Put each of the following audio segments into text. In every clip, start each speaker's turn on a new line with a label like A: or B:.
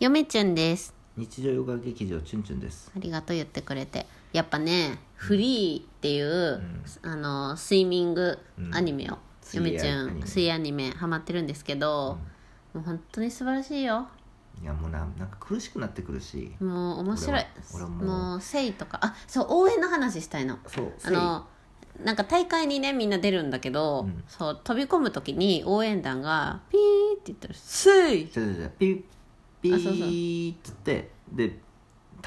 A: よめちゅんです
B: 日常洋画劇場チュンチュンです
A: ありがとう言ってくれてやっぱねフリーっていう、あのスイミングアニメを、
B: うん
A: よめちゅ
B: 水泳アニ
A: ん
B: メ
A: 水泳アニメハマってるんですけど、もう本当に素晴らしいよ
B: いやもうななんか苦しくなってくるし
A: もう面白い
B: 俺は俺はもう
A: もうせいとかあそう応援の話したいの
B: そう
A: あのなんか大会にねみんな出るんだけど、
B: うん
A: そう飛び込む時に応援団がピーって言ってる「せい!
B: せいちょちょちょピッピ
A: あそうそう
B: ーっつってで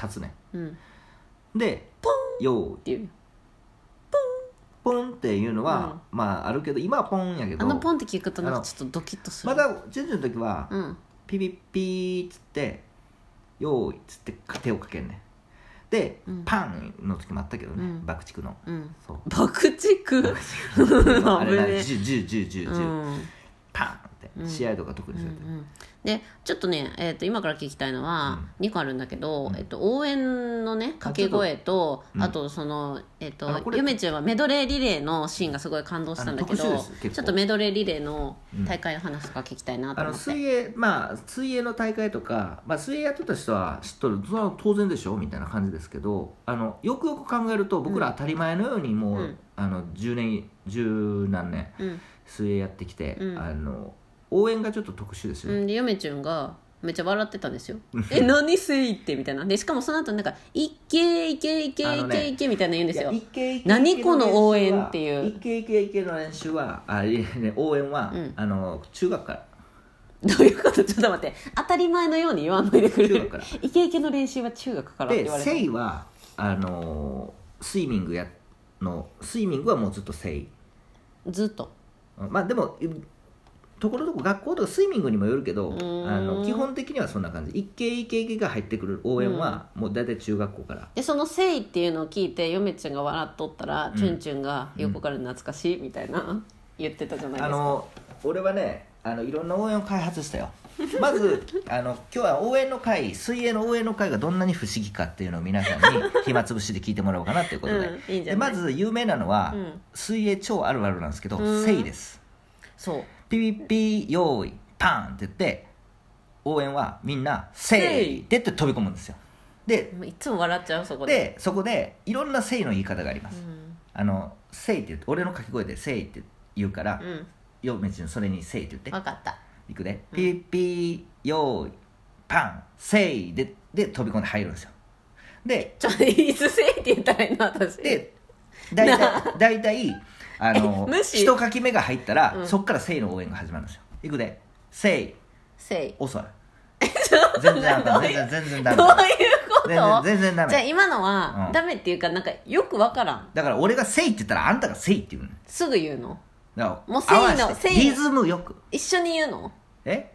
B: 立つね」
A: うん、っ
B: でよう
A: ていう
B: ポンっていうのは、まああるけど今はポンやけ
A: あ
B: ど
A: のポンって聞くとなん
B: あ
A: か
B: の
A: ちょっとドキッとする
B: まだチュンチュンの時は、
A: うん
B: ピピッピーっつってよーいっつって手をかけんねで、
A: うん
B: パンの時もあったけどね、
A: うん
B: 爆竹の
A: うん
B: そう
A: 爆竹
B: あ れ
A: 危
B: だ
A: ねえ
B: ジュジュジュジュ
A: う
B: ジュ、
A: ん
B: パンっ
A: うん
B: て試合とか特に
A: う
B: そ
A: ん
B: う
A: う
B: や
A: ん
B: って、
A: でちょっとね、えー、と今から聞きたいのは2個あるんだけど、
B: うん
A: えっと応援のね掛け声とあ
B: うん
A: とその、えっ
B: あの
A: と
B: これ
A: ゆめちゃんはメドレーリレーのシーンがすごい感動したんだけど
B: あの特殊です結構
A: ちょっとメドレーリレーの大会の話とか聞きたいなと
B: あ
A: 思
B: の
A: って、
B: 水泳まあ水泳の大会とか、まあ、水泳やってた人は知っとるそれは当然でしょみたいな感じですけどあのよくよく考えると僕ら当たり前のようにもう、
A: うん
B: あの10年十何年
A: うん
B: 水泳やってきて、
A: うん
B: あの応援がちょっと特殊ですよ、
A: うん、でゆめちゃんがめっちゃ笑ってたんです よ「え何せいって」みたいなでしかもその後なんか「いけいけいけ
B: あ
A: い
B: の
A: け
B: ね
A: いけ」みたいな言うんですよ、
B: いやイケイケイケ
A: 何この応援っていう
B: イケイケイケの練習はあいえね応援は、
A: うん
B: あの中学から
A: どういうことちょっと待って当たり前のように言わないでくれ
B: 中
A: る
B: 学から
A: イケイケの練習は中学からって
B: で
A: 言われ
B: セ
A: て
B: イはあのスイミングやのスイミングはもうずっとセイ
A: ずっと
B: まあでもいところどころ学校とかスイミングにもよるけど
A: ん
B: あの基本的にはそんな感じイケイケイケが入ってくる応援はもう大体中学校から、
A: でその「誠意」っていうのを聞いてヨメちゃんが笑っとったら、チュンチュンが
B: うん
A: 横から懐かしいみたいな言ってたじゃないで
B: あ
A: すか、
B: の俺はねあのいろんな応援を開発したよ まずあの今日は応援の会水泳の応援の会がどんなに不思議かっていうのを皆さんに 暇つぶしで聞いてもらおうかなということで,、
A: うんいいんじゃ
B: で
A: ない
B: まず有名なのは、
A: うん
B: 水泳超あるあるなんですけど「
A: うん
B: せい」です
A: そう
B: ピピピ用意パンって言って応援はみんな「せい」って言って飛び込むんですよで
A: もういつも笑っちゃうそこで
B: でそこでいろんな「せい」の言い方があります「あのせい」って言って俺の掛け声で「せい」って言うから
A: うん、うん、
B: よめちんそれに「せい」って言って
A: 分かった
B: いくで、ピーピーよーいパンせいでで飛び込んで入るんですよで
A: ちょっといつ「誠意」って言ったらいいな私
B: で大体大体あの
A: 無視
B: 一かき目が入ったら、
A: うん
B: そっからせいの応援が始まるんですよいくでせい
A: 「誠意
B: 遅い全然ダメ全然全然」ダ
A: どういう
B: メ
A: こと
B: 全然全然ダ
A: じゃあ
B: メ
A: 今のは、
B: うん
A: ダメっていうかなんかよく分からん
B: だから俺がせいって言ったらあんたがせいって言うの
A: すぐ言うの
B: だから
A: もうせいの
B: 合わせて
A: せい
B: リズムよく
A: 一緒に言うの
B: え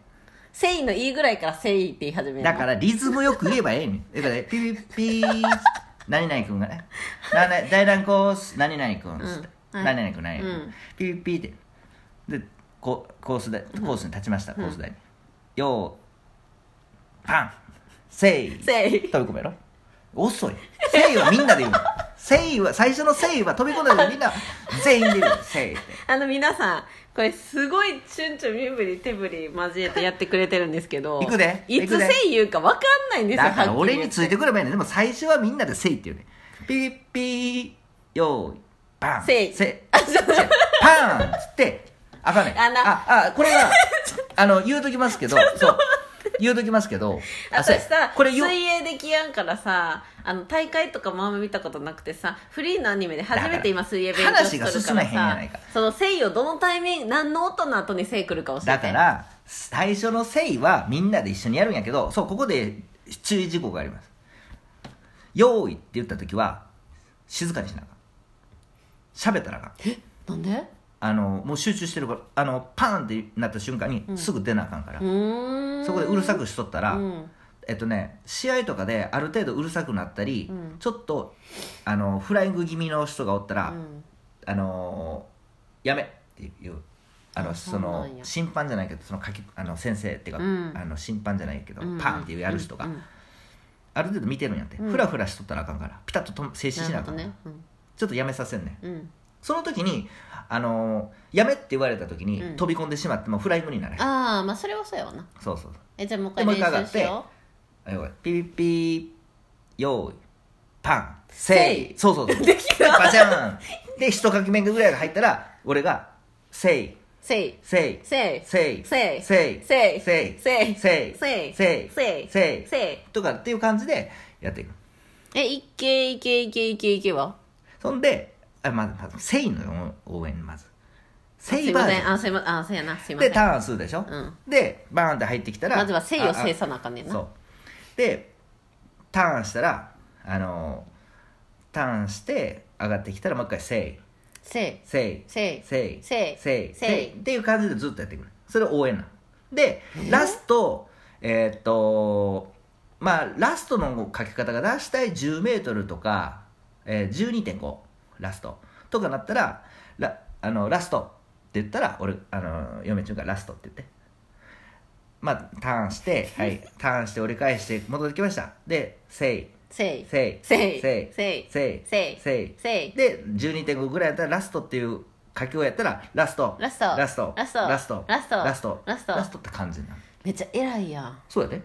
A: 誠意のいいぐらいから誠意って言い始めるの
B: だからリズムよく言えばえ えねんだからねピピピー何々くんがねなな大乱コース何々くんっつって、
A: うんはい
B: 何々くん何々くん、
A: うん
B: ピピピーってでココースでコースに立ちました、コース台によーパンせい
A: せい
B: 飛び込めろ遅いせいはみんなで言うのせいは最初のせいは飛び込んだ時みんな全員で言うのせいって
A: あの皆さんこれすごいチュンチュン身振り手振り交えてやってくれてるんですけど
B: 行くで
A: い
B: 行
A: つ
B: くで
A: せい言うか分かんないんですよ
B: だから俺について
A: く
B: くればいいねでも最初はみんなで「せい」って言うねピーピーよーいパン
A: せい
B: せパンっつってあかんねん
A: あな
B: ああこれ はあの言うときますけどそう言うときますけどそうや
A: 私さ
B: これよ
A: 水泳できやんからさあの大会とかもあんま見たことなくてさフリーのアニメで初めて今水泳勉強してるから
B: 話が進
A: さ
B: まへんやないか
A: そのせいをどのタイミング何の音の後にせい来るか教えて
B: だから最初の「せい」はみんなで一緒にやるんやけどそうここで注意事項があります「用意」って言った時は静かにしなあかん喋ったらあかん
A: なんで
B: あのもう集中してるからあのパンってなった瞬間にすぐ出なあかんから、
A: うーん
B: そこでうるさ
A: く
B: くしとったら、
A: うん
B: えっとね試合とかである程度うるさくなったり、ちょっとあのフライング気味の人がおったら
A: う
B: 「
A: ん
B: あのやめ」っていうあのそ
A: そうな
B: の
A: んや
B: 審判じゃないけどそのかきあの先生っていうか、
A: うん
B: あの審判じゃないけど、
A: うん
B: パンっていうやる人が、
A: うんうん
B: ある程度見てるんやって、
A: うん
B: フラフラしとったらあかんからピタッとと静止し
A: な
B: な
A: る
B: あ
A: ほ
B: か
A: ど
B: んから、
A: ねうん
B: ちょっとやめさせんねん
A: うん
B: その時に、あのーやめって言われた時に、
A: うん
B: 飛び込んでしまってもフライングにならへん
A: ああまあそれはそうやわな
B: そうそう
A: えじゃあもう
B: で
A: 一
B: も
A: 回
B: う一回上
A: 練
B: がっ
A: 習してよ
B: あよかったピピピーよーいパン
A: せ
B: せ
A: い
B: いそうそうそ う
A: できた
B: パシャンで一かき目ぐらいが入ったら俺がせい
A: せい
B: せい
A: せい
B: せ
A: せい
B: いせい
A: せい
B: せい
A: せい
B: せ
A: せい
B: いせい
A: せい
B: せい
A: せい
B: とかっていう感じでやっていく
A: えいけいけいけいけいけは
B: そんであまずまずせいの応援まず
A: あ
B: せ
A: す
B: い
A: いま
B: バー
A: せ
B: ジ
A: ん
B: ョ
A: あすいませんあせやなすい
B: ン
A: ません
B: でターンするでしょ
A: うん
B: でバーンって入ってきたら
A: まずはせいを
B: ああ
A: 制さなあかんねんな
B: そうでターンしたらあのーターンして上がってきたらもう一回「せい
A: せい
B: せい
A: せい
B: せい
A: せい
B: せい
A: せい
B: っていう感じでずっとやってくるそれを応援なのでラストえーっとまあラストの書き方が出したい1 0ルとか、えー、12.5ラストとかなったらラあのラストって言ったら俺あの嫁ちゅんがラストって言ってまあターンしてはいターンして折り返して戻ってきましたでせい
A: せい
B: せい
A: せい
B: せい
A: せい
B: せい
A: せい
B: せい
A: せい
B: で12.5ぐらいやったらラストっていう書きをやったらラスト
A: ラスト
B: ラスト
A: ラスト
B: ラスト
A: ラスト
B: ラスト
A: ラスト
B: って感じになる
A: めっちゃ偉いやん
B: そうやで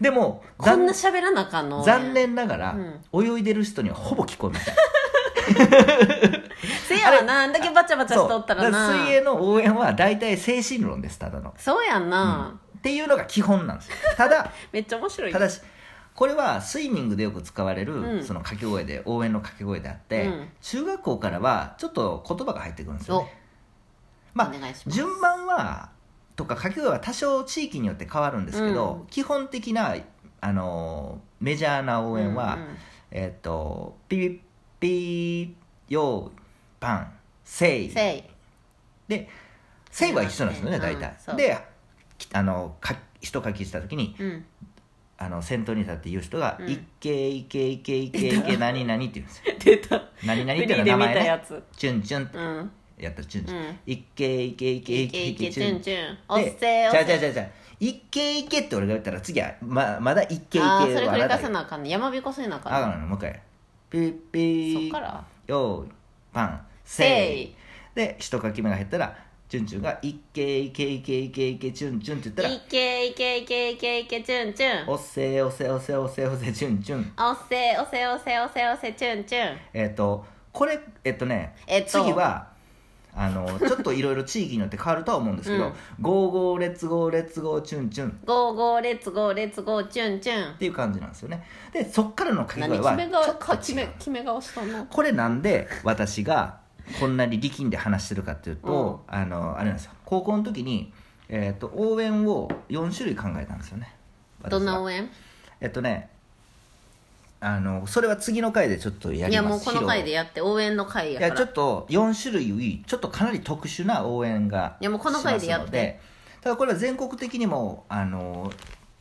B: でも
A: こん
B: 残
A: な喋らなあかんの
B: 残念ながら、泳いでる人にはほぼ聞こえま せん
A: せやわなあんだけバチャバチャしとったら
B: だか
A: な
B: ら水泳の応援は大体精神論ですただの、
A: そうやんな、
B: っていうのが基本なんですよただ
A: めっちゃ面白い
B: ただしこれはスイミングでよく使われる、
A: うん
B: その掛け声で応援の掛け声であって、
A: うん
B: 中学校からはちょっと言葉が入ってくるんですよ、
A: お
B: ね、まあ
A: お願いします
B: 順番はとか掛け声は多少地域によって変わるんですけど、基本的なあのーメジャーな応援は、
A: うんうん
B: えーっ、とピピッピーよーパンせい
A: せい
B: でせいは一緒なんですよね
A: うん
B: 大体、
A: そう
B: できあのか一書きした時に
A: うん
B: あの先頭に立って言う人が「
A: うん
B: いけいけいけいけいけ何々」って言うんですよ
A: 出たフ
B: 「何々」っ
A: リ
B: ていうの
A: ー
B: は
A: で
B: 名
A: 見た
B: 前
A: や
B: ね
A: つ
B: 「チュンチュン」って
A: うん
B: やったらチュンチュン
A: うん
B: 「いけいけいけい
A: い
B: け
A: け
B: い
A: い
B: け
A: け
B: チ
A: チ
B: ュ
A: ュ
B: ン
A: ン
B: チュ
A: チ
B: ン
A: ュンおっせーお
B: で
A: っ
B: じ
A: せ
B: ゃ
A: ー
B: あじゃあじゃあじゃあいけいけって俺が言ったら次はままだいけいけ
A: あ
B: は
A: あーそれ繰り返さ
B: あ
A: なあかんね山彦せなあかん
B: かんのもう一回ピッピ
A: ねそ
B: ー
A: っから
B: よーいパン
A: せ
B: せ
A: い
B: いで一かき目が減ったらチュンチュンが「いけいけいけいけいけチュンチュン」って言ったら
A: いけいけいけいけいけチュンチュン
B: 「おっせーおっせーおっせーおっせーおっせーチュンチュン」
A: おっせーおっせーおっせーおっせーおっせーチュンチュン
B: えっ、とこれえっとね、
A: えっと
B: 次はあのちょっといろいろ地域によって変わるとは思うんですけ
A: う
B: ど
A: ん
B: 「ゴーゴーレッツゴーレッツゴーチュンチュン」
A: ゴーゴーレッツゴーレッツゴーチュンチュン
B: っていう感じなんですよねでそっからの掛け
A: 何
B: 声
A: 決
B: は
A: め顔
B: ちょっと違う
A: か決め決め顔したの
B: これなんで私がこんなに力んで話してるかっていうと、あのあれなんですよ高校の時に、えっと応援を4種類考えたんですよね私は
A: どんな応援
B: えっとねあのそれは次の回でちょっとやります
A: いやもうこ
B: 披
A: の
B: 露
A: 回でやって応援の回や
B: い
A: か
B: や
A: ら
B: ちょっと4種類ちょっとかなり特殊な応援が
A: いやもうこの回でやって
B: しますのただこれは全国的にもあの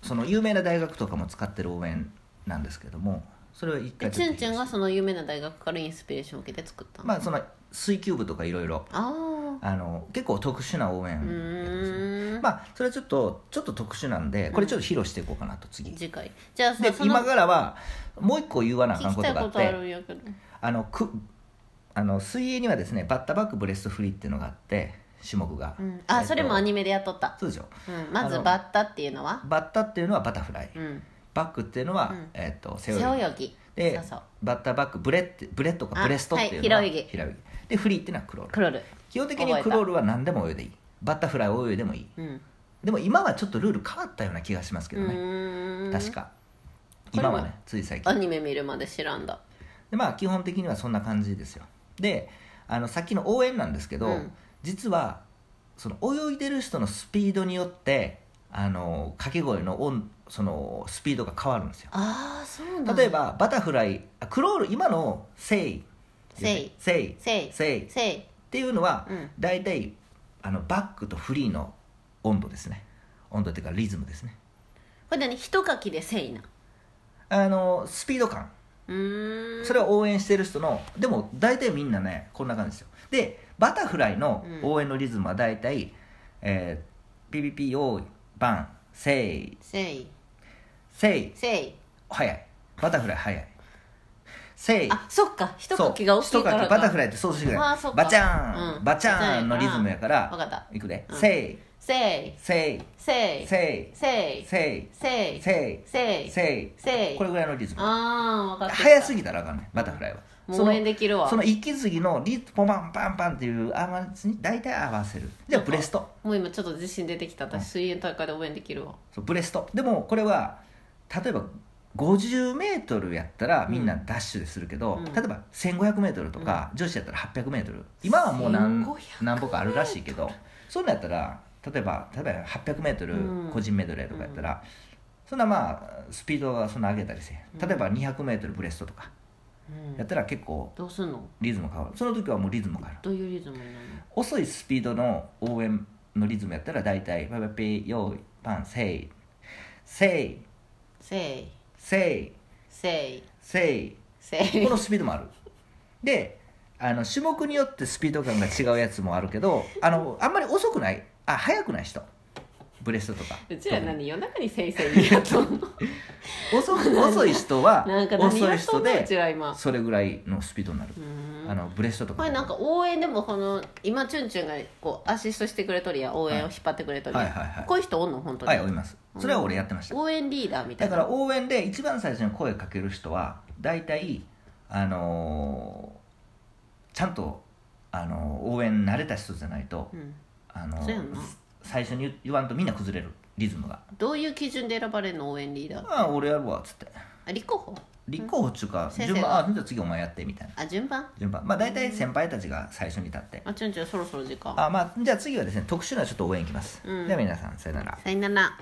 B: その有名な大学とかも使ってる応援なんですけどもそれは一
A: で
B: 回
A: チュンチュン
B: が
A: がその有名な大学からインスピレーションを受けて作ったの、
B: まあその水球部とかいろいろ
A: あ
B: あの結構特殊な応援
A: あう
B: ですね
A: ーん、
B: まあそれはちょっとちょっと特殊なんでこれちょっと披露していこうかなと次で
A: 次回じゃあさその
B: 今からはもう一個言わなあかん
A: 聞
B: こ
A: きたい
B: とがあ
A: こ
B: っ
A: とあ
B: て
A: るんやけど
B: あのくあの水泳にはですねバッタバックブレストフリーっていうのがあって種目が、
A: うん、あそれもア
B: に
A: ニメでやっとった、
B: そうでしょ
A: うん、まず
B: あの
A: バッタっていうのは、
B: バッタっていうのはバタフライ、
A: うん、
B: バックっていうのは、
A: うん
B: えっと背
A: 背
B: 泳
A: 泳
B: ぎ
A: ぎ
B: で
A: そうそう
B: バッタバックブレってブレとか
A: あ
B: ブレストっていうのは、
A: はい平泳ぎ
B: でフリーっていうのはクロール
A: クロール
B: 基本的
A: 覚
B: に
A: えた
B: クロールは何でも泳いでいいバッタフライ泳いでもいい
A: うん
B: でも今はちょっとルール変わったような気がしますけど
A: う
B: ね、
A: ーん
B: 確か
A: これ
B: 今
A: は
B: はねつい最近
A: アニメ見るまで知らんだ
B: でまあ基本的にはそんな感じですよであのさっきの応援なんですけど、
A: うん
B: 実はその泳いでる人のスピードによってあの掛け声の音そのスピードが変わるんですよ
A: ああそうなんだ
B: 例えばバタフライあクロール今の「せい」
A: せい
B: せい」
A: せい
B: せいっ
A: せい
B: ていうのは、
A: うん
B: 大体あのバックとフリーの温度ですね温度っていうかリズムですね
A: これ何ひとかきでせいな
B: あのスピード感
A: うーん
B: それを応援してる人のでも大体みんなねこんな感じですよでバタフライの応援のリズムは大体、えー、ピピピ用意バンせい
A: せい
B: せい
A: せい
B: 早いバタフライ早いせい
A: あそっかひとかきが大きいから
B: そう一かきバタフライってそうしてくれ
A: あーそっか
B: バチャーン、
A: うん
B: バチャーンのリズムやから
A: わかった
B: いくで、
A: うん
B: せい
A: せい
B: せい
A: せい
B: せい
A: せい
B: せい
A: せい
B: せい
A: せい
B: せい
A: せい
B: これぐらいのリズム
A: ああ分かってきた
B: 早すぎたらあかんねんバタフライは
A: もう
B: その
A: 応援できるわ
B: その息継ぎのリズムパンパンパンっていう合わずに大体合わせるじゃあブレスト
A: もう今ちょっと自信出てきた私水泳大会で応援できるわ
B: そうブレストでもこれは例えば 50m やったらみんなダッシュでするけど、
A: うん
B: 例えば 1500m とか、女子やったら 800m 今はもう何
A: 1500m
B: 何歩かあるらしいけどそういうのやったら例えば例えば
A: うん
B: 800m 個人メドレーとかやったら、そんなまあスピードはそんな上げたりせん例えば 200m ブレストとか
A: うん
B: やったら結構
A: どうすんの
B: リズム変わるその時はもうリズム変わる
A: どういうリズムになるの
B: 遅いスピードの応援のリズムやったら大体「パパピー用意パンせいせい
A: せい
B: せい
A: せい
B: せい
A: せい
B: このスピードもあるであの種目によってスピード感が違うやつもあるけどあのあんまり遅くないあ速くない人ブレストとか
A: うちら何夜中にせいせいやっ とんの
B: 遅い遅い人は
A: なんか何
B: 遅
A: や
B: い
A: っと
B: 人
A: んのう
B: で
A: ちら今
B: それぐらいのスピードになる
A: うーん
B: あのブレストとか
A: これなんか応援でもこの今チュンチュンがこうアシストしてくれとるやん応援を引っ張ってくれとるやん、
B: はいはいはいはい
A: こういう人おんの本当に、
B: はい追いますそれは俺やってました
A: 応援リーダーみた
B: だ
A: い
B: か
A: な
B: ら応援で一番最初に声かける人は大体、あのーちゃんと、あのー応援慣れた人じゃないと、
A: うん、
B: あのー
A: そうやんな
B: 最初に言わんとみんな崩れるリズムが
A: どういう基準で選ばれるの応援リーダ
B: 「
A: ー
B: ああ俺やるわ」っつって
A: あ立候補
B: 立候補っちゅうか、
A: 先生
B: 順番
A: は
B: 「あじゃあ次お前やって」みたいな
A: あ順番
B: 順番まあ大体先輩たちが最初に立って
A: あチュンチュンそろそろ時間
B: あまあじゃあ次はですね特殊なちょっと応援いきます、
A: うん
B: では皆さんさよなら
A: さよなら